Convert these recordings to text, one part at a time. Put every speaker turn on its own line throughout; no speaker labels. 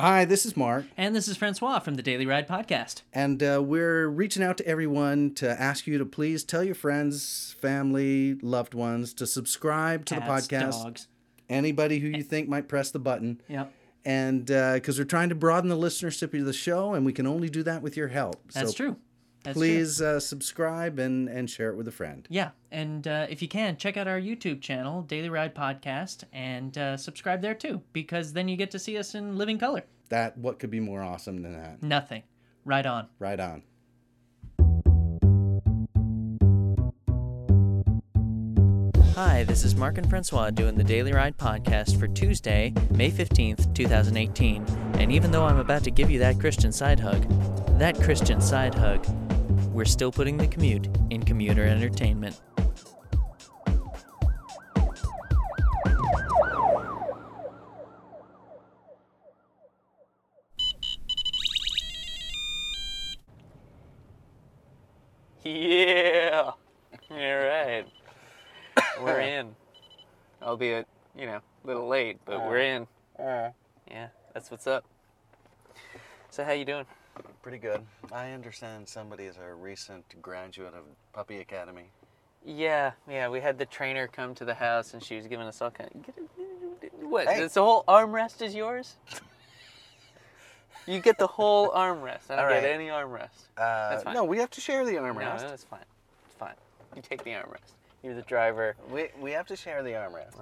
Hi, this is Mark,
And this is Francois from the Daily Ride Podcast.
and uh, we're reaching out to everyone to ask you to please tell your friends, family, loved ones to subscribe to
Cats, Eh.
the podcast.
Dogs.
Anybody who you think might press the button.
Yep.
And because we're trying to broaden the listenership of the show, and we can only do that with your help.
That's
so
true. That's true.
Please uh, subscribe and, and share it with a friend.
Yeah. And uh, if you can, check out our YouTube channel, Daily Ride Podcast, and uh, subscribe there too, because then you get to see us in living color.
That what could be more awesome than that?
Nothing. Right on.
Right on.
Hi, this is Mark and Francois doing the Daily Ride podcast for Tuesday, May 15th, 2018. And even though I'm about to give you that Christian side hug, that Christian side hug, we're still putting the commute in commuter entertainment.
Yeah. You're right. We're in. Albeit, you know, a little late, but we're in. Yeah, that's what's up. So how you doing?
Pretty good. I understand somebody is a recent graduate of Puppy Academy.
Yeah, yeah, we had the trainer come to the house and she was giving us all kind of What?
Hey.
This whole armrest is yours? you get the whole armrest. I don't
All
get
right.
any armrest.
Uh,
That's fine.
No, we have to share the
No,
armrest.
that's fine. It's fine. You take the armrest. You're the driver.
We, we have to share the armrest.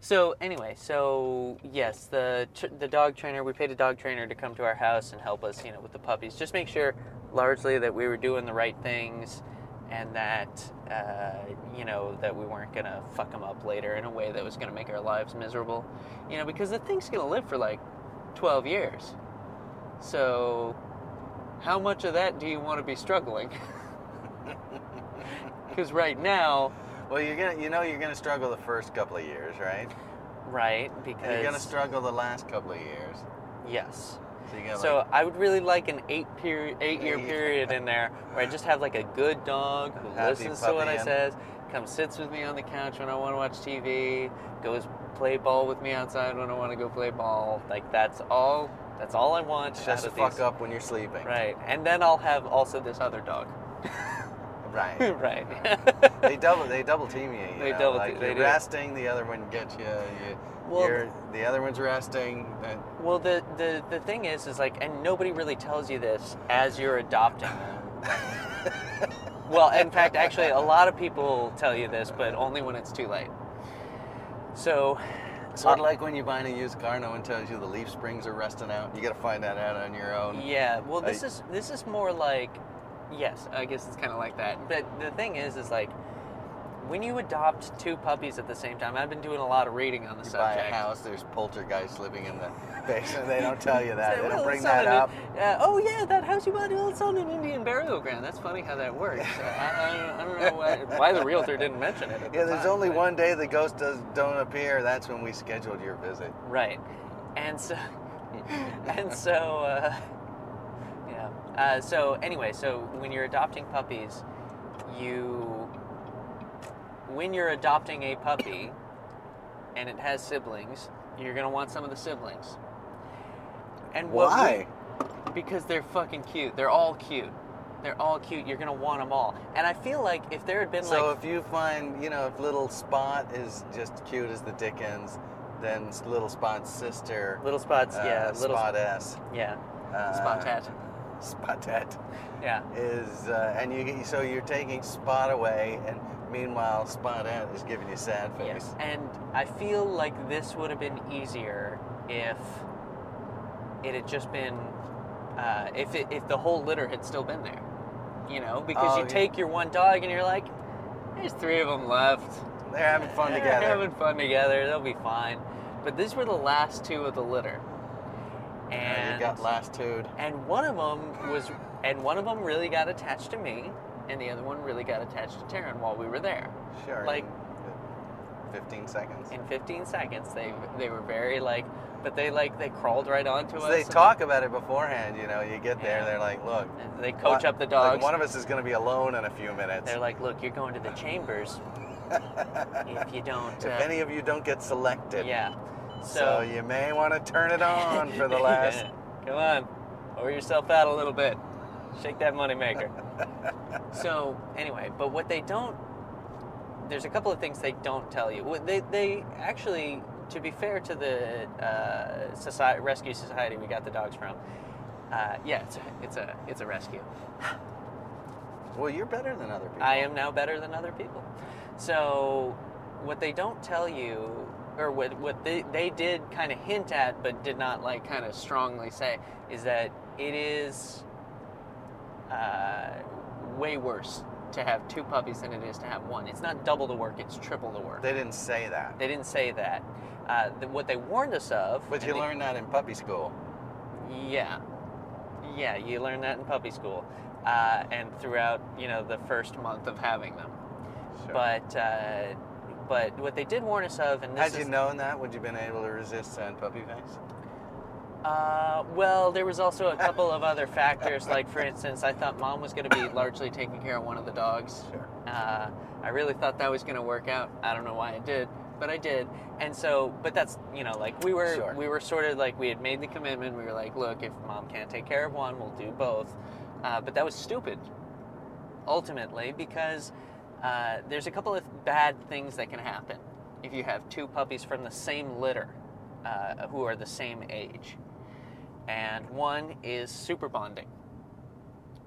So anyway, so yes, the tr- the dog trainer we paid a dog trainer to come to our house and help us, you know, with the puppies. Just make sure, largely, that we were doing the right things, and that uh, you know that we weren't gonna fuck them up later in a way that was gonna make our lives miserable, you know, because the thing's gonna live for like twelve years. So, how much of that do you want to be struggling? Because right now,
Well, you're gonna you know you're gonna struggle the first couple of years, right?
right?
And
Because
you're gonna struggle the last couple of years.
yes.
So you got
So
like,
I would really like an eight period, eight year
Eight.
period in there where I just have like a good dog who
Happy
listens to what I
puppy, and-
says, comes sits with me on the couch when I want to watch TV, goes play ball with me outside when I want to go play ball. Like that's all. That's all I want. out
just
of
fuck
these-
up when you're sleeping.
Right, and then I'll have also this other dog.
Right.
right.
they double they double team you. you
They
know,
double
like
te- they
you're
do.
resting, the other one gets you. you
Well,
you're, the other one's resting. uh,
Well, the, the the thing is, is like, and nobody really tells you this as you're adopting them. well, in fact, actually, a lot of people tell you this, but only when it's too late. So,
Sort of like when you buy a used car, no one tells you the leaf springs are rusting out. You got to find that out on your own.
yeah. Well, this
I-
is this is more like, yes, I guess it's kind of like that. But the thing is, is like, when you adopt two puppies at the same time, I've been doing a lot of reading on the
You buy
subject.
a house, there's poltergeists living in the basement. They don't tell you that.
Say,
They
"Well,
don't bring
it's on
that
an-
up.
uh, oh yeah, that house you bought, well, it's on an Indian burial ground. That's funny how that works. Uh, I, I, don't, I don't know why, why the realtor didn't mention it. At the
Yeah, there's
time,
only
but-
one day the ghosts does, don't appear. That's when we scheduled your visit.
Right, and so, and so, uh, yeah. Uh, so anyway, so when you're adopting puppies, you, when you're adopting a puppy, and it has siblings, you're gonna want some of the siblings. And what we-
Why?
Because they're fucking cute. They're all cute. They're all cute. You're gonna want them all. And I feel like if there had been
So
like,
if you find, you know, if little Spot is just cute as the Dickens, then s- little Spot's sister,
little spots,
uh,
yeah, little spots,
Spotess,
yeah,
uh,
spotet,
Spotette
yeah,
is, uh, and you so you're taking Spot away, and meanwhile Spotette is giving you sad face.
yes. And I feel like this would have been easier if it had just been, uh, if it, if the whole litter had still been there, you know, because
Oh,
you
yeah.
take your one dog and you're like, there's three of them left.
They're having fun
They're
together.
having fun together. They'll be fine. But these were the last two of the litter.
Uh,
And
you got lassoed.
and one of them was and one of them really got attached to me and the other one really got attached to Taryn while we were there.
Sure.
Like-
in Fifteen seconds.
In 15 seconds they they were very like but they like they crawled right onto
So
us.
they
and
talk about it beforehand. You know, you get there,
Yeah.
they're like, "Look,
and they coach
one-
up the
like,
dogs.
one of us is going to be alone in a few minutes.
They're like, "Look, you're going to the chambers if you don't
if
uh,
any of you don't get selected,
Yeah.
So
So,
you may want to turn it on for the last.
Come on, over yourself out a little bit. Shake that moneymaker. so anyway, but what they don't, there's a couple of things they don't tell you. What They they actually, to be fair to the uh, society, rescue society we got the dogs from. Uh, yeah, it's a, it's a it's a rescue.
Well, you're better than other people.
I am now better than other people. So, what they don't tell you, or what, what they, they did kind of hint at, but did not like kind of strongly say, is that it is uh, way worse to have two puppies than it is to have one. It's not double the work, it's triple the work. They,
They didn't say that.
didn't say that. Uh, th- what they warned us of.
But
and
you
they-
learn that in puppy school.
yeah. Yeah, you learn that in puppy school uh, and throughout, you know, the first month of having them.
Sure.
But uh, but what they did warn us of, and this
Had
is
you known that, would you been able to resist saying puppy face?
uh, well, there was also a couple of other factors. Like for instance, I thought mom was going to be largely taking care of one of the dogs.
Sure.
Uh, I really thought that was going to work out. I don't know why I did, but I did. And so, but that's you know, like we were
Sure.
we were sort of like we had made the commitment. We were like, look, if mom can't take care of one, we'll do both. Uh, but that was stupid, ultimately, because uh, there's a couple of bad things that can happen if you have two puppies from the same litter uh, who are the same age. And one is super bonding.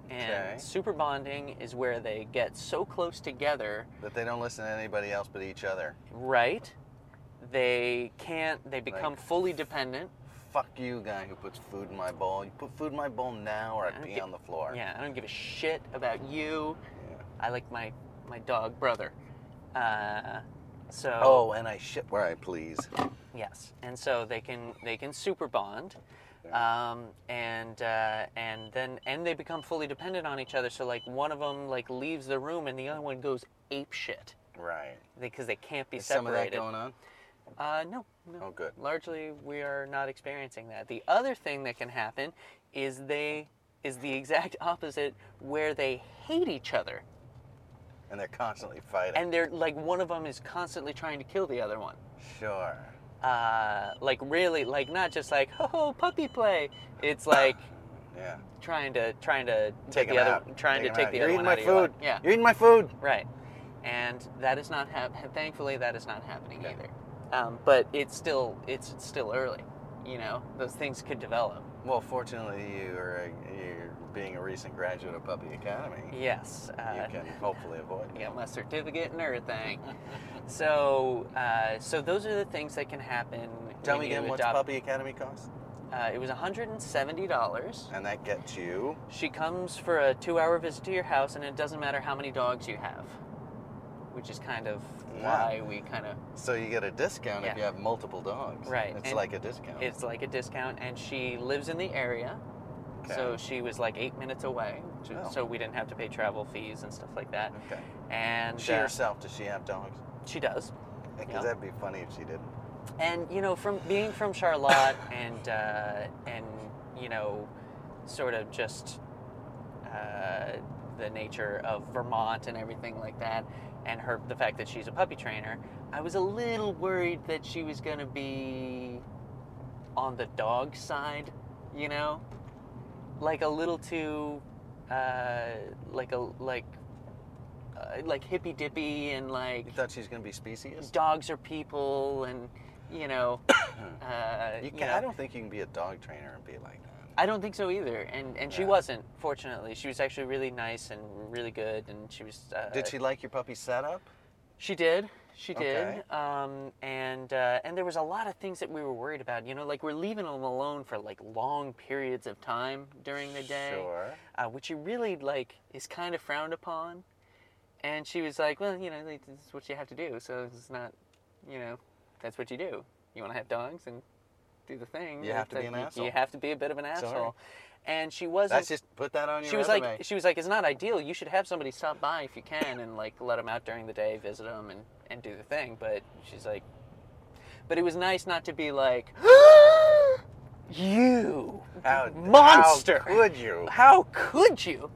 And
Okay.
super bonding is where they get so close together
That they don't listen to anybody else but each other.
right? They can't. They become
Like-
fully dependent.
Fuck you, guy who puts food in my bowl. You put food in my bowl now, or I
Yeah, I
pee
get-
on the floor.
Yeah, I don't give a shit about you. I like my my dog brother. Uh, so
Oh, and I shit where I please.
yes, and so they can they can super bond, um, and uh, and then and they become fully dependent on each other. So like one of them like leaves the room and the other one goes ape shit
Right.
because they can't be
Is some of that
separated.
going on?
Uh, no, no.
Oh, good.
Largely, we are not experiencing that. The other thing that can happen is they is the exact opposite, where they hate each other,
And they're constantly fighting.
and they're like one of them is constantly trying to kill the other one.
sure.
Uh, like really, like not just like ho ho puppy play. It's like
Yeah.
trying to trying to get
Take 'em
the other
out.
trying to
Take 'em
take
out.
the
You're
other one
eating my
out of your
food.
life. Yeah,
You're eating my food.
right. And that is not hap- thankfully that is not happening either. Um, but it's still it's still early. You know, those things could develop.
Well, fortunately, you're a, you're being a recent graduate of Puppy Academy.
Yes. Uh,
you can hopefully avoid.
I got my certificate and everything. so, uh, so those are the things that can happen.
Tell
when
me
you
again, what's
adopt-
Puppy Academy cost?
Uh, it was $170.
And that gets you.
She comes for a two-hour visit to your house, and it doesn't matter how many dogs you have, which is kind of why we kind of
So you get a discount if
Yeah.
you have multiple dogs.
Right,
It's
and
like a discount.
it's like a discount. And she lives in the area, so
Okay.
she was like eight minutes away, so-
Oh.
so we didn't have to pay travel fees and stuff like that.
okay.
And
She
uh,
herself, does she have dogs?
she does.
Because
Yeah.
that'd be funny if she didn't.
and you know from being from charlotte and uh, and you know sort of just uh, the nature of vermont and everything like that and her the fact that she's a puppy trainer i was a little worried that she was going to be on the dog side you know like a little too uh, like a like uh, like hippy dippy and like
You thought she was going to be specious?
dogs are people and you know uh,
You can,
know.
I don't think you can be a dog trainer and be like that.
I don't think so either and and she
Yeah.
wasn't fortunately she was actually really nice and really good and she was uh,
Did she like your puppy setup?
she did she did
Okay.
um, and uh, and there was a lot of things that we were worried about you know like we're leaving them alone for like long periods of time during the day
Sure.
uh, which you really like is kind of frowned upon. And she was like, "Well, you know, like, this is what you have to do. So it's not, you know, that's what you do. You want to have dogs and do the thing.
You have to be
like,
an
you- You
asshole.
have to be a bit of an
Sorry.
asshole." And she wasn't.
That's just put that on your
she was
resume.
like, she was like, "It's not ideal. You should have somebody stop by if you can, and like let them out during the day, visit them, and and do the thing." But she's like, "But it was nice not to be like." You
how,
monster.
How could you?
how could you?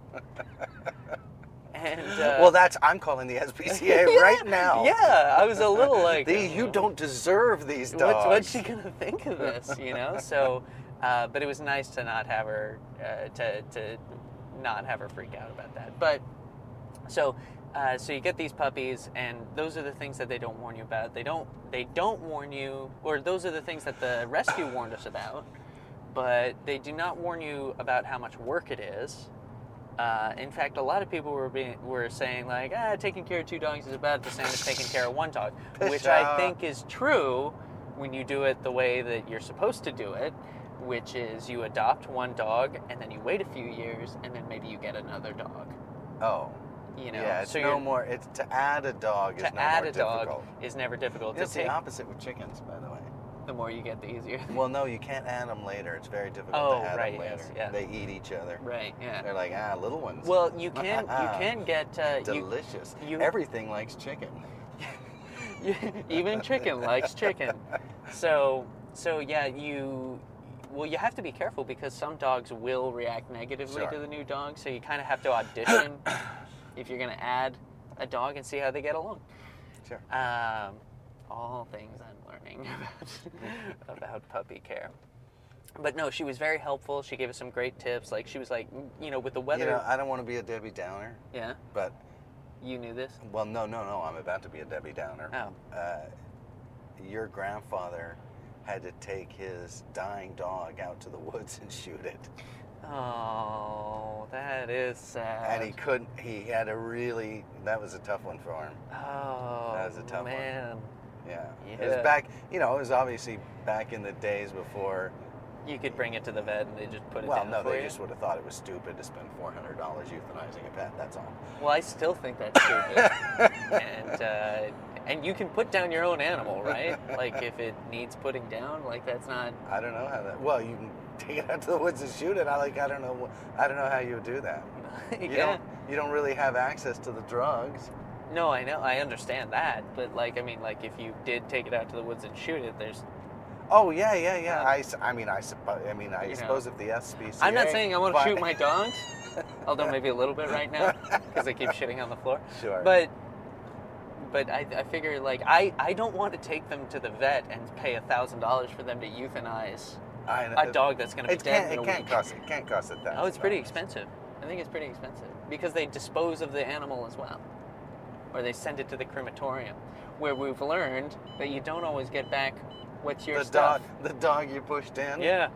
and uh,
well, that's I'm calling the SPCA right now.
Yeah, I was a little like
They- you don't deserve these dogs.
What's, what's she gonna think of this? You know. So, uh, but it was nice to not have her uh, to to not have her freak out about that. But so. Uh, so you get these puppies, and those are the things that they don't warn you about. They don't. They don't warn you, or those are the things that the rescue warned us about. But they do not warn you about how much work it is. Uh, in fact, a lot of people were being, were saying like, ah, taking care of two dogs is about the same as taking care of one dog, which I
Pshaw.
think is true when you do it the way that you're supposed to do it, which is you adopt one dog and then you wait a few years and then maybe you get another dog.
Oh,
You know,
yeah. It's
so
no
you're-
more. It's to add a dog
to
is no
add
more
a dog
difficult.
is never difficult. To
It's the
take,
opposite with chickens, by the way.
the more you get, the easier.
Well, no, you can't add them later. It's very difficult
Oh,
to add
right,
them later.
yes, yeah.
They eat each other.
right. Yeah.
They're like ah, little ones.
Well, you can you can get uh, you,
delicious.
you-
Everything likes chicken.
even chicken likes chicken. So so yeah, you well you have to be careful because some dogs will react negatively
Sure.
to the new dog, so you kind of have to audition if you're going to add a dog and see how they get along.
Sure.
Um, all things I'm learning about about puppy care. But no, she was very helpful. She gave us some great tips. Like she was like, you know, with the weather.
You know, I don't want to be a Debbie Downer,
yeah,
but
you knew this.
well, no, no, no. I'm about to be a Debbie Downer.
Oh,
uh, your grandfather had to take his dying dog out to the woods and shoot it
oh, that is sad.
and he couldn't he had a really that was a tough one for him
Oh,
That was a tough one.
man.
yeah, it was
Yeah.
back you know it was obviously back in the days before
You could bring it to the vet and they just put it
well
down
no
for
they
you.
just would have thought it was stupid to spend $400 euthanizing a pet that's all
Well, I still think that's stupid. and uh, and you can put down your own animal, right? Like if it needs putting down, like that's not.
i don't know how that well you can take it out to the woods and shoot it i like i don't know wh- i don't know how you would do that you
yeah.
don't you don't really have access to the drugs
No, I know. I understand that, but like, I mean, like if you did take it out to the woods and shoot it, there's.
Oh yeah, yeah, yeah.
Um,
I, s- I mean, I suppose. I mean, I
You know.
suppose if the SBC.
I'm not saying I want to shoot my dogs, although maybe a little bit right now because I keep shitting on the floor.
Sure.
But but I, I figure like I, I don't want to take them to the vet and pay a thousand dollars for them to euthanize
I,
a dog that's going to be
It can't.
dead in
It
a
can't
week.
cost. It can't cost a thousand.
oh, it's pretty
dollars.
expensive. I think it's pretty expensive because they dispose of the animal as well, or they send it to the crematorium, where we've learned that you don't always get back what's your
The
stuff.
dog. The dog you pushed in.
Yeah.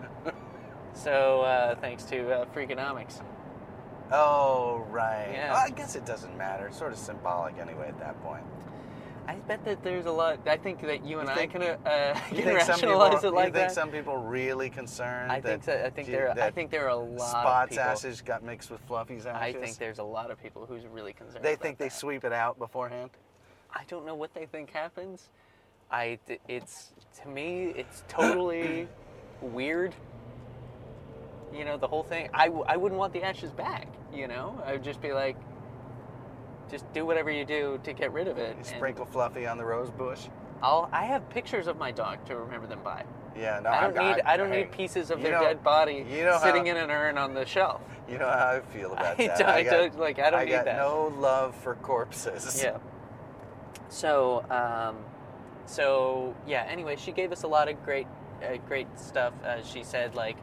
so uh, thanks to uh, Freakonomics.
Oh right.
Yeah.
Well, I guess it doesn't matter. It's sort of symbolic anyway at that point.
I bet that there's a lot. I think that you and
think-
I can, uh, uh,
You
can
some people?
rationalize it like
you think
that.
some people really concerned?
I think so.
that
I think
gee,
there. I
that
think there are a lot of
Spot's
people.
ashes got mixed with Fluffy's
I
ashes.
think there's a lot of people who's really concerned.
They
about
think they
that.
sweep it out beforehand.
I don't know what they think happens. I. th- It's to me. It's totally weird. You know the whole thing. I, w- I wouldn't want the ashes back. You know I would just be like, just do whatever you do to get rid of it.
You
and
sprinkle Fluffy on the rose bush.
I'll. I have pictures of my dog to remember them by.
Yeah. No,
I
I'm-
don't need I, don't
Oh, hey,
need pieces of
you
their
know-
dead body
you know
sitting
how-
in an urn on the shelf.
You know how I feel about
I
that.
don't- I
got-
don't- like, I don't need
got
that.
no love for corpses.
Yeah. So, um, so yeah. Anyway, she gave us a lot of great, uh, great stuff. Uh, she said like,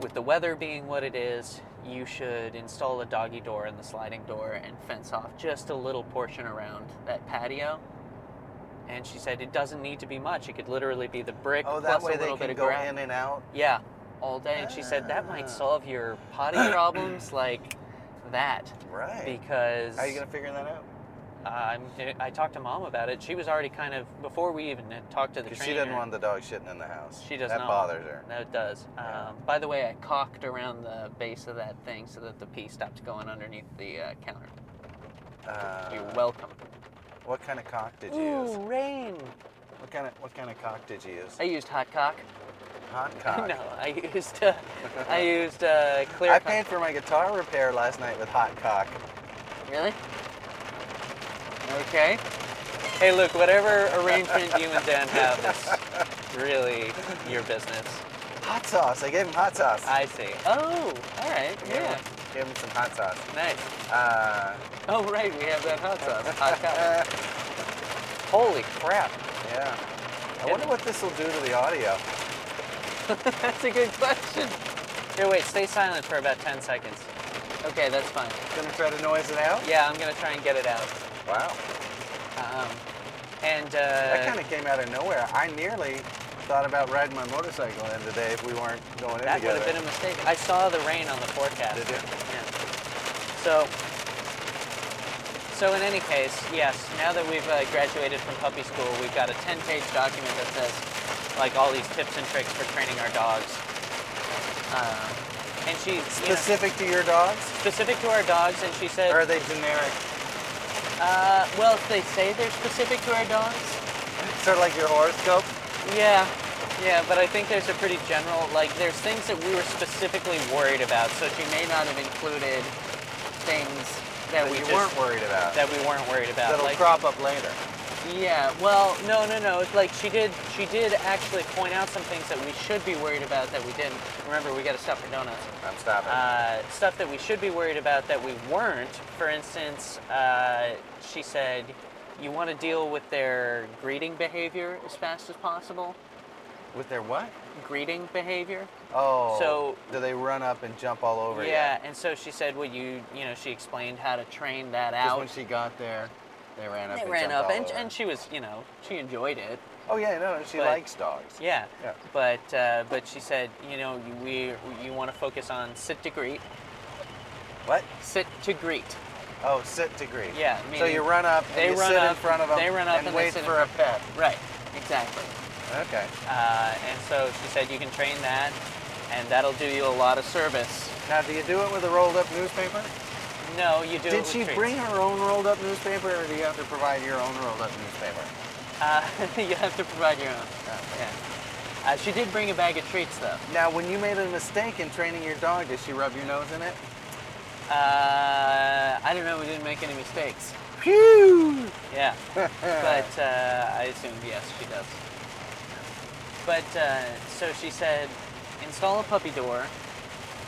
with the weather being what it is, you should install a doggy door in the sliding door and fence off just a little portion around that patio. And she said it doesn't need to be much. It could literally be the brick
Oh,
plus
that way
a little bit
they can
of
go
grass.
in and out.
Yeah, all day. And she said that
Ah.
might solve your potty problems like that
Right.
because
How are you gonna figure that out?
I'm, I talked to mom about it. She was already kind of before we even had talked to the
Because
trainer.
she doesn't want the dog shitting in the house.
She does
that
not.
bothers her.
No, it does.
Yeah.
Um, by the way, I cocked around the base of that thing so that the pee stopped going underneath the uh, counter.
Uh,
You're welcome.
What kind of cock did you use?
Ooh, rain!
What kind of what kind of cock did you use?
I used hot cock.
Hot cock.
No, I used uh, I used uh, clear.
I
cock.
paid for my guitar repair last night with hot cock.
Really? Okay. Hey, look, whatever arrangement you and Dan have is really your business.
Hot sauce. I gave him hot sauce.
I see. Oh, all right. Yeah.
Yeah. Give him some hot sauce.
Nice.
Uh,
Oh, right, we have that hot sauce. Hot sauce. Holy crap.
yeah. I wonder what this will do to the audio.
That's a good question. Here, wait, stay silent for about 10 seconds. Okay, that's fine.
Gonna try to noise it out?
Yeah, I'm gonna try and get it out.
Wow.
Um, and uh,
That kind of came out of nowhere. I nearly thought about riding my motorcycle in today if we weren't going in
that would
together.
have been a mistake. I saw the rain on the forecast.
Did you?
Yeah. So, so in any case, yes. Now that we've uh, graduated from puppy school, we've got a 10-page document that says like all these tips and tricks for training our dogs. Um, and she you know,
Specific to your dogs?
specific to our dogs, and she said,
Or are they generic?
uh, well, if they say they're specific to our dogs,
Sort of like your horoscope?
Yeah, yeah, but I think there's a pretty general, like, there's things that we were specifically worried about, so she may not have included things that,
That
we
you
just-
weren't worried about.
that we weren't worried about.
That'll
like,
crop up later.
yeah, well, no, no, no. it's Like she did, she did actually point out some things that we should be worried about that we didn't. Remember, we got to stop for donuts.
I'm stopping.
Uh, stuff that we should be worried about that we weren't. For instance, uh, she said, "You want to deal with their greeting behavior as fast as possible."
With their what?
greeting behavior.
Oh.
So-
do they run up and jump all over you?
Yeah, and so she said, well, you, you know, she explained how to train that
'Cause
out.
when she got there, they ran up.
they
and
ran
jumped
up,
all
and,
over.
and she was, you know, she enjoyed it.
Oh yeah, no, she
But-
likes dogs.
Yeah.
Yeah.
But uh, but she said, you know, you- we you want to focus on sit to greet,
What?
sit to greet.
Oh, sit to greet.
Yeah,
So
meaning
you run up.
they
and you
run
sit in
up,
front of them.
they run up
and,
and they
wait
sit in
for a pet.
Right. Exactly.
Okay.
Uh, and so she said you can train that, and that'll do you a lot of service.
Now, do you do it with a rolled up newspaper?
No, you do. it
Did
with
she
treats.
bring her own rolled up newspaper, or do you have to provide your own rolled up newspaper?
Uh, you have to provide your own.
Okay.
Yeah. Uh, she did bring a bag of treats though.
Now, when you made a mistake in training your dog, did she rub your nose in it?
Uh, I don't know. We didn't make any mistakes.
Phew!
Yeah, but uh, I assume yes, she does. But uh, so she said, install a puppy door.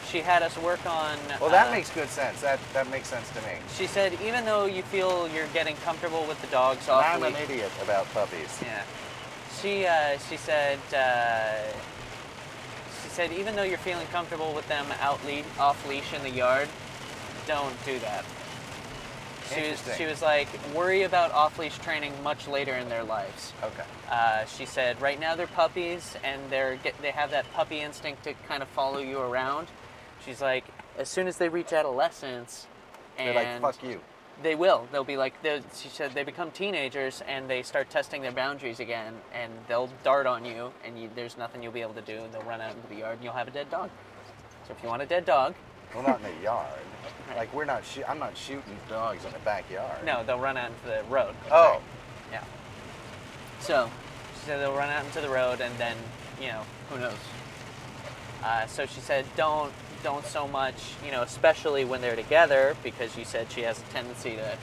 She had us work on.
Well, that
uh,
makes good sense. That that makes sense to me.
She said, even though you feel you're getting comfortable with the dogs
And
off
I'm
leash-
an idiot about puppies.
Yeah. She uh, she said uh, she said even though you're feeling comfortable with them out le- off leash in the yard, don't do that. She was
Interesting.
she was like worry about off leash training much later in their lives.
Okay.
Uh, she said right now they're puppies and they're get, they have that puppy instinct to kind of follow you around. She's like as soon as they reach adolescence.
They're
And
like, fuck you.
they will. They'll be like, they'll- she said, they become teenagers and they start testing their boundaries again, and they'll dart on you, and you, there's nothing you'll be able to do, and they'll run out into the yard, and you'll have a dead dog. So if you want a dead dog,
Well, not in the yard. Like we're not. Shoo- I'm not shooting dogs in the backyard.
no, they'll run out into the road.
Oh,
Yeah. So, she said they'll run out into the road, and then you know who knows. Uh, so she said, don't don't so much, you know, especially when they're together, because you said she has a tendency to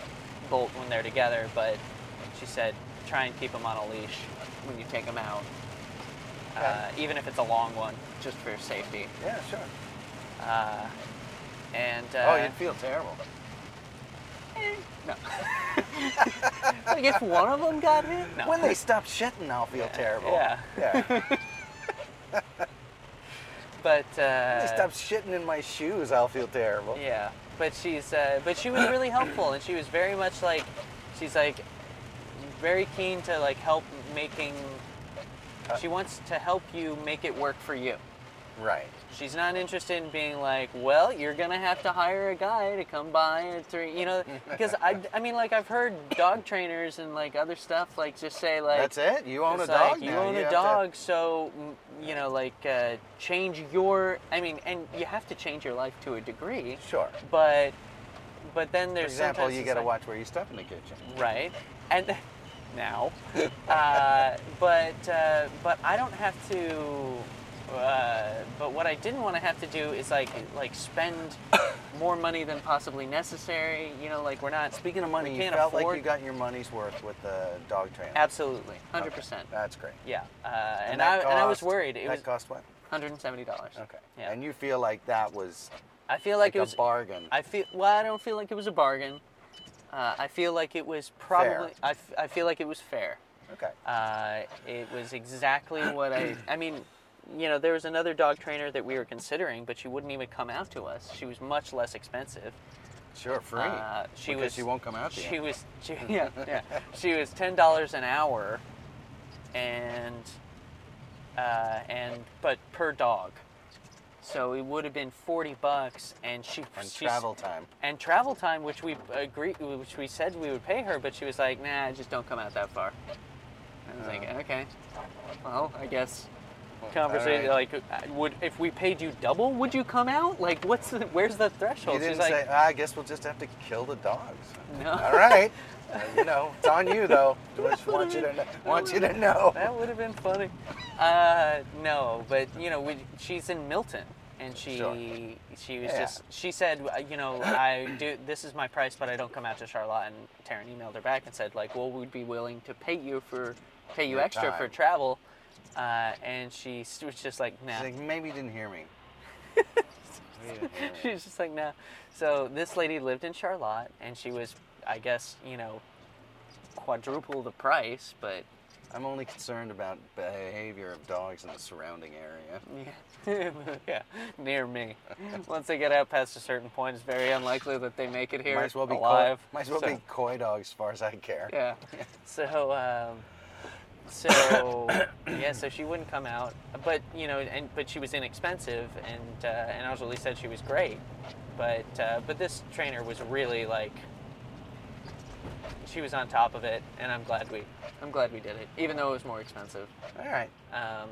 bolt when they're together. But she said, try and keep them on a leash when you take them out, uh, even if it's a long one, just for safety.
yeah, sure.
Uh, and uh,
oh, you'd feel terrible.
no. like if one of them got hit, no.
When they stop shitting, I'll feel terrible.
yeah.
Yeah. When
but uh,
they stop shitting in my shoes, I'll feel terrible.
Yeah, but she's uh, but she was really helpful, and she was very much like, she's like, very keen to like help making. She wants to help you make it work for you.
Right.
She's not interested in being like, well, you're gonna have to hire a guy to come by and three, you know, because I, I mean, like I've heard dog trainers and like other stuff like just say like.
That's it. You own a
It's
dog.
like, You
now.
own a
have to-
dog, so mm, you know, like, uh, change your. I mean, and you have to change your life to a degree.
Sure.
But, but then
For
there's
example,
sometimes
you
it's
got to
like-
watch where you step in the kitchen.
right, and then- now, uh, but uh, but I don't have to. Uh, but what I didn't want to have to do is like like spend more money than possibly necessary. You know, like we're not
Speaking of money,
We
you
can't
felt like
afford-
you got your money's worth with the dog trainer.
absolutely hundred
Okay,
percent.
That's great.
Yeah, uh, and,
that
I and I was
cost-
worried. It
that
was
cost what?
hundred and seventy dollars.
Okay.
Yeah.
And you feel like that was
I feel like, it was
a bargain.
I feel well. I don't feel like it was a bargain. Uh, I feel like it was probably. I, f- I feel like it was fair.
okay.
Uh, it was exactly what I. I mean, you know, there was another dog trainer that we were considering, but she wouldn't even come out to us. She was much less expensive.
Sure, free.
Uh, she
because
was.
she won't come out to you.
She was. She, yeah, yeah. She was ten dollars an hour, and uh, and but per dog. So it would have been forty bucks, and she
and
she's-
travel time.
and travel time, which we agreed, which we said we would pay her, but she was like, "Nah, I just don't come out that far." I was like,
Uh.
"Okay, well, I guess." Conversation
All right.
like, uh, would if we paid you double, would you come out? Like, what's the where's the threshold?
You didn't
She's
say. "Ah,
like,
I guess we'll just have to kill the dogs.
No.
All right. Uh, you know, it's on you though. Just want you to know. Want you to know.
That would have been funny. Uh, no, but you know, we, she's in Milton, and she
Sure.
she was
Yeah.
just she said, uh, you know, I do this is my price, but I don't come out to Charlotte. And Taryn emailed her back and said, like, well, we'd be willing to pay you for pay you
Your
extra
time.
for travel. Uh, and she s- was just like, nah.
She's like, maybe you didn't hear me. Maybe you didn't hear me.
she was just like, nah. So this lady lived in Charlotte, and she was, I guess, you know, quadruple the price, but
I'm only concerned about behavior of dogs in the surrounding area.
Yeah. yeah, near me. Once they get out past a certain point, it's very unlikely that they make it here
Might as well be
alive.
Coy, might as well
So,
be coy dogs, as far as I care.
Yeah. So, um, so yeah. So she wouldn't come out, but you know, and but she was inexpensive, and uh, and Anjali said she was great, but uh, but this trainer was really like. She was on top of it, and I'm glad we, I'm glad we did it, even though it was more expensive.
All right.
Um,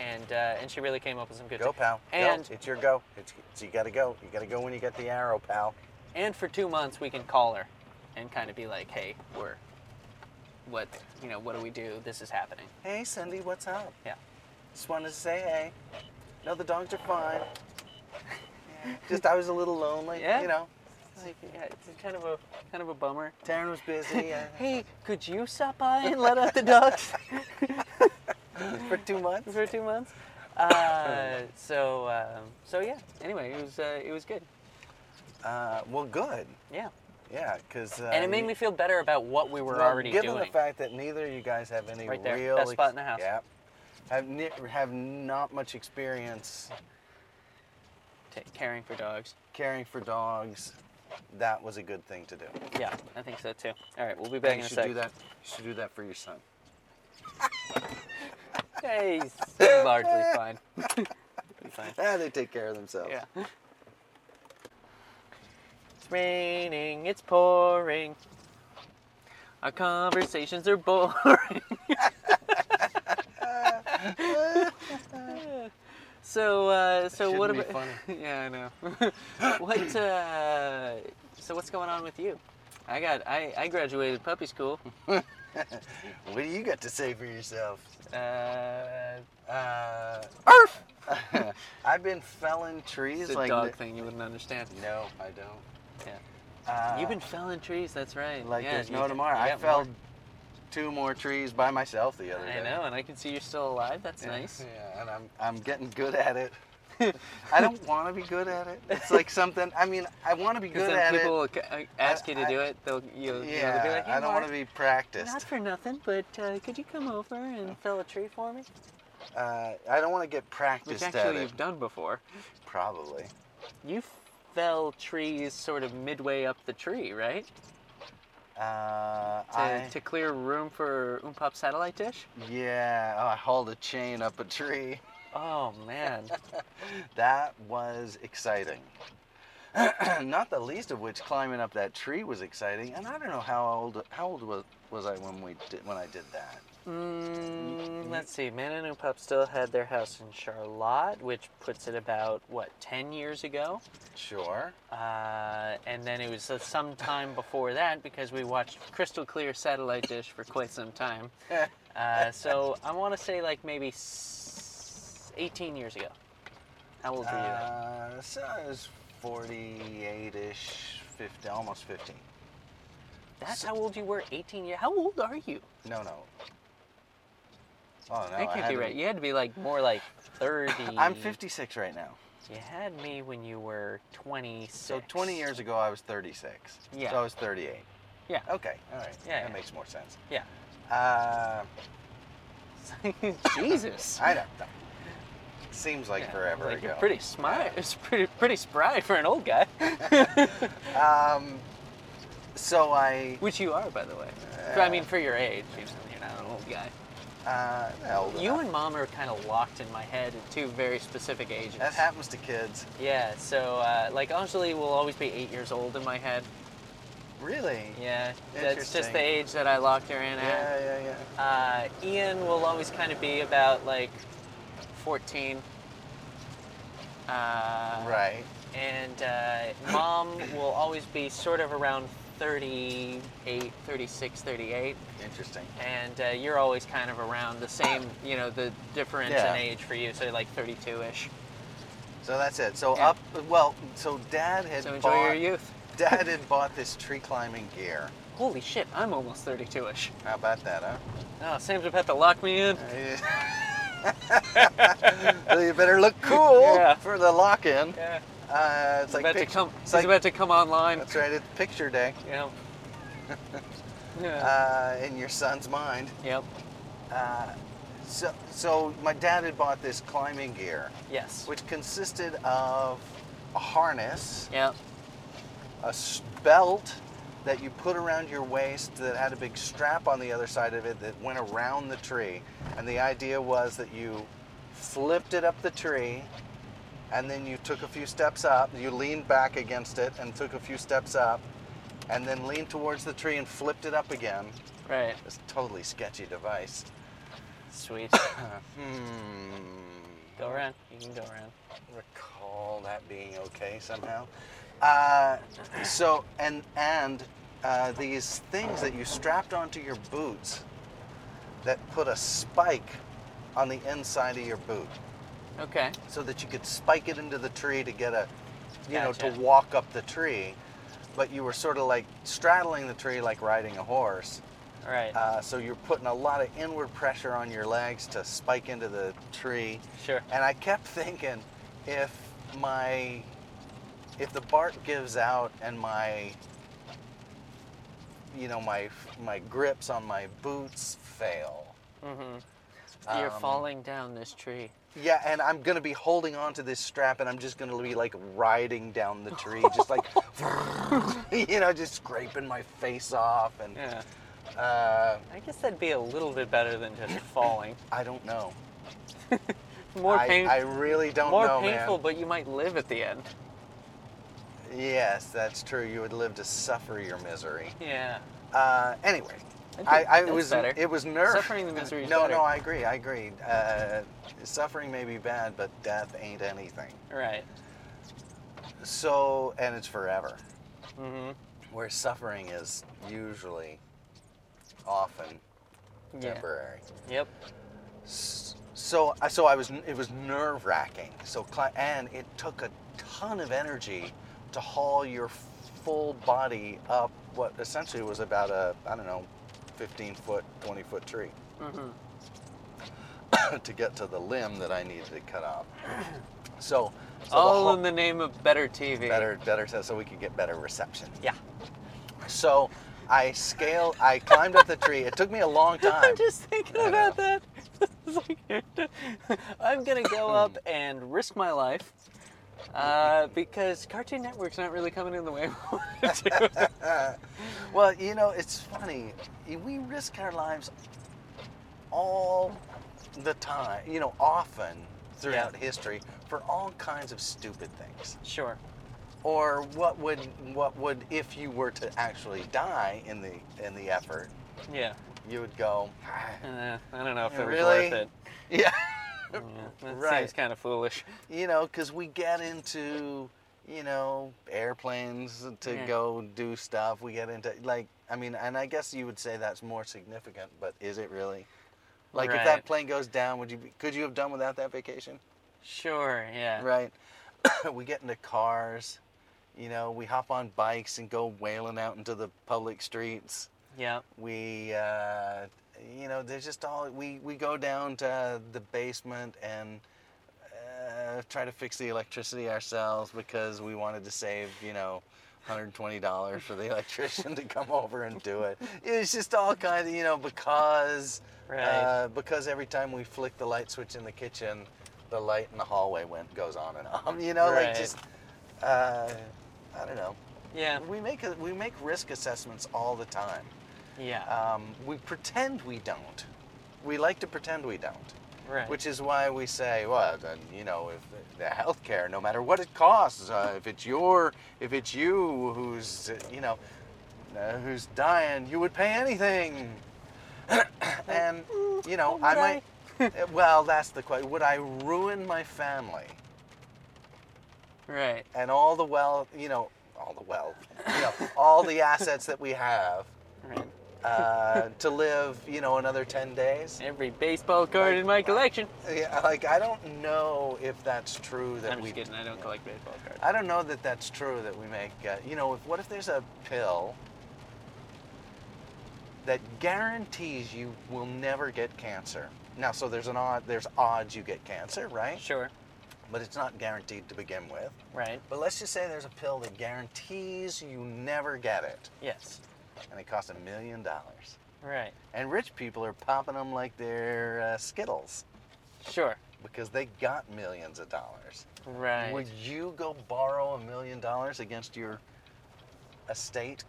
and uh, and she really came up with some good.
Go, pal. Go.
And
It's your go. It's, it's you gotta go. You gotta go when you get the arrow, pal.
and for two months we can call her and kind of be like hey we're what you know what do we do this is happening
Hey, Cindy, what's up?
yeah
Just wanted to say hey. No, the dogs are fine. Just I was a little lonely.
Yeah?
You know,
it's, like, yeah, it's kind of a kind of a bummer
Taryn was busy uh,
hey could you stop by and let out the dogs
for two months.
for two months uh, so um, so yeah anyway it was uh, it was good
Uh, well, good.
yeah
Yeah, because uh,
and it made
you-
me feel better about what we were
well,
already
given
doing
the fact that neither of you guys have any
Right there,
real
best spot in the house.
Yeah, have ne- have not much experience
Ta caring for dogs
caring for dogs. That was a good thing to do.
yeah i think so too all right we'll be back
you
in a
should
sec
do that. You should do that for your son.
Hey, he's largely fine
Ah, they take care of themselves.
Yeah. It's raining, it's pouring. Our conversations are boring. so, uh, so what
Shouldn't
about?
be
yeah, I know. what? Uh, so what's going on with you? I got. I, I graduated puppy school.
What do you got to say for yourself?
Uh,
Uh,
Arf!
I've been felling trees
It's a
like
dog
thi-
thing you wouldn't understand.
No, I don't.
Yeah.
Uh,
You've been felling trees. That's right.
like
yeah,
there's
you
no
d-
tomorrow.
you
I
got
felled
more.
two more trees by myself the other day.
I know, and I can see you're still alive. That's nice.
Yeah, and I'm I'm getting good at it. I don't want to be good at it. It's like something. I mean, I want to be
Because
good
then
at
people
it.
will ca- uh, ask you to
I-
do it. They'll you will you know, they'll be
Yeah,
like, hey,
I don't want
Mark,
to be practiced.
Not for nothing, but uh, could you come over and fell a tree for me?
Uh, I don't want to get
Which
practiced at
actually
it.
you've done before.
Probably.
You fell trees sort of midway up the tree, right? To,
Uh, I,
to clear room for Umpop satellite dish.
yeah, oh, I hauled a chain up a tree.
Oh man,
That was exciting. Not the least of which climbing up that tree was exciting, and I don't know how old how old was, was I when we did, when I did that.
mm, let's see. Man and Umpop still had their house in Charlotte, which puts it about what ten years ago.
Sure.
Uh, and then it was uh, some time before that because we watched Crystal Clear Satellite Dish for quite some time. Uh, so I want to say like maybe s- 18 years ago. How old were you? then?
Uh, so I was 48-ish, 50, almost 15.
That's how old you were. 18 years. How old are you?
No, no. Oh no,
that
I
can't
had
be
to
right. You had to be like more like 30.
I'm 56 right now.
You had me when you were 26.
So 20 years ago, I was 36.
Yeah.
So I was 38.
Yeah.
Okay. All right.
Yeah,
That
yeah.
makes more sense.
Yeah.
Uh,
Jesus.
I don't know. Seems like
Yeah,
forever
like,
ago.
You're pretty smart. It's pretty pretty spry for an old guy.
Um, so I
Which you are, by the way. For- I mean, for your age, even though you're not an old guy.
uh, held
You
up.
and mom are kind of locked in my head at two very specific ages.
that happens to kids.
Yeah. So uh, like Anjali will always be eight years old in my head.
Really?
Yeah. That's just
Interesting.
the age that I locked her in
Yeah.
at.
Yeah. Yeah.
Uh, Ian will always kind of be about like 14. Uh, right.
Right.
and uh, mom will always be sort of around 38 36 38
Interesting.
and uh, you're always kind of around the same you know the difference
Yeah.
in age for you so like 32ish
So that's it. So
Yeah.
up. Well, so dad had
so enjoy
bought.
your youth
dad had bought this tree climbing gear.
holy shit i'm almost 32ish
How about that, huh?
oh sam's about to lock me in
so you better look cool
Yeah.
for the lock-in.
yeah
Uh, it's
it's
like
about
pic-
to come
It's
he's
like,
about to come online
that's right. It's picture day
you know yeah
uh, in your son's mind.
yep
Uh, so, so my dad had bought this climbing gear,
yes
which consisted of a harness,
yep
a s- belt that you put around your waist that had a big strap on the other side of it that went around the tree. And the idea was that you flipped it up the tree and then you took a few steps up, you leaned back against it and took a few steps up and then leaned towards the tree and flipped it up again.
right
It's a totally sketchy device.
sweet
Hmm.
go around you can go around
recall that being okay somehow. Uh, so and and uh, these things that you strapped onto your boots that put a spike on the inside of your boot
okay
so that you could spike it into the tree to get a you know
Gotcha.
to walk up the tree but you were sort of like straddling the tree like riding a horse
all right
uh, so you're putting a lot of inward pressure on your legs to spike into the tree
sure
and I kept thinking, if my, if the bark gives out and my, you know, my my grips on my boots fail.
You're
Um,
falling down this tree.
Yeah, and I'm gonna be holding onto this strap, and I'm just gonna be like riding down the tree, just like, you know, just scraping my face off, and
Yeah.
uh,
I guess that'd be a little bit better than just falling.
I don't know.
More
I,
pain,
I really don't
more
know,
painful,
man.
but you might live at the end.
Yes, that's true. You would live to suffer your misery.
Yeah.
Uh, anyway,
think
I, I
that's
was
better.
it was nerve.
Suffering the misery is
No,
better.
no, I agree. I agree. Uh, suffering may be bad, but death ain't anything.
Right.
So, and it's forever.
Mm-hmm.
Where suffering is usually, often,
Yeah.
temporary.
Yep.
S- So, I- so I was. It was nerve wracking. So, cli- and it took a ton of energy to haul your full body up what essentially was about a I don't know, 15 foot, 20 foot tree.
Mm-hmm.
to get to the limb that I needed to cut off. So, so the
All
whole-
in the name of better TV.
better, better, so- so we could get better reception.
Yeah.
So, I scaled, I climbed up the tree. It took me a long time.
I'm just thinking
I
about that. It's like- I'm gonna go up and risk my life
Mm-hmm.
uh, because Cartoon Network's not really coming in the way. we want it to.
Well, you know, it's funny. We risk our lives all the time. You know, often throughout
Yeah.
history for all kinds of stupid things.
sure.
Or what would what would if you were to actually die in the in the effort?
Yeah.
You would go.
Uh, I don't know if it was
Really?
worth it.
Yeah.
Yeah, that
Right.
seems kind of foolish.
you know, because we get into, you know, airplanes to
Yeah.
go do stuff. We get into, like, I mean, and I guess you would say that's more significant, but is it really? Like, if
Right.
that plane goes down, would you be, could you have done without that vacation?
Sure, yeah.
Right. we get into cars, you know, we hop on bikes and go wailing out into the public streets.
Yeah.
we uh, you know there's just all we we go down to the basement and uh, try to fix the electricity ourselves because we wanted to save, you know, $120 for the electrician to come over and do it. It was just all kind of, you know, because
Right.
uh, because every time we flick the light switch in the kitchen, the light in the hallway went goes on and on. You know,
Right.
like just uh, I don't know.
Yeah.
We make a, we make risk assessments all the time.
Yeah.
Um, we pretend we don't. We like to pretend we don't.
right.
Which is why we say, well, then, you know, if the healthcare, no matter what it costs, uh, if it's your, if it's you who's, uh, you know, uh, who's dying, you would pay anything. and you know, I might. uh, well, that's the question. Would I ruin my family
right.
and all the well, you know, all the well, you know, all the assets that we have
Right.
uh, to live, you know, another ten days?
Every baseball card in my collection.
Yeah, like I don't know if that's true that
I'm
we.
just kidding. I don't collect baseball cards.
I don't know that that's true that we make. Uh, you know, if, what if there's a pill that guarantees you will never get cancer? Now, so there's an odd, there's odds you get cancer, right?
Sure.
But it's not guaranteed to begin with.
Right.
But let's just say there's a pill that guarantees you never get it,
Yes.
and it costs a million dollars.
Right.
And rich people are popping them like they're uh, Skittles
Sure.
because they got millions of dollars.
Right.
Would you go borrow a million dollars against your estate,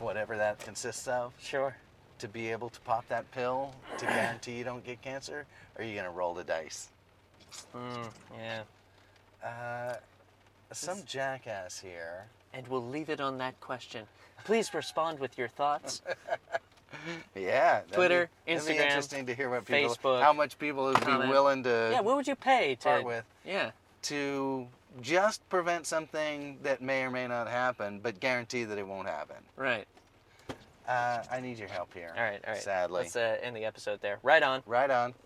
whatever that consists of,
Sure.
to be able to pop that pill to guarantee you don't get cancer? Or are you going to roll the dice?
Mm, yeah.
Uh, some jackass here.
And we'll leave it on that question. Please respond with your thoughts.
Yeah. that'd be-
Twitter,
that'd be
Instagram,
interesting to hear what people,
Facebook,
how much people would be
comment.
willing to
yeah. What would you pay to?
part with
Yeah.
to just prevent something that may or may not happen, but guarantee that it won't happen.
Right.
Uh, I need your help here.
All right. All right.
Sadly.
Let's uh, end the episode there. Right on.
Right on.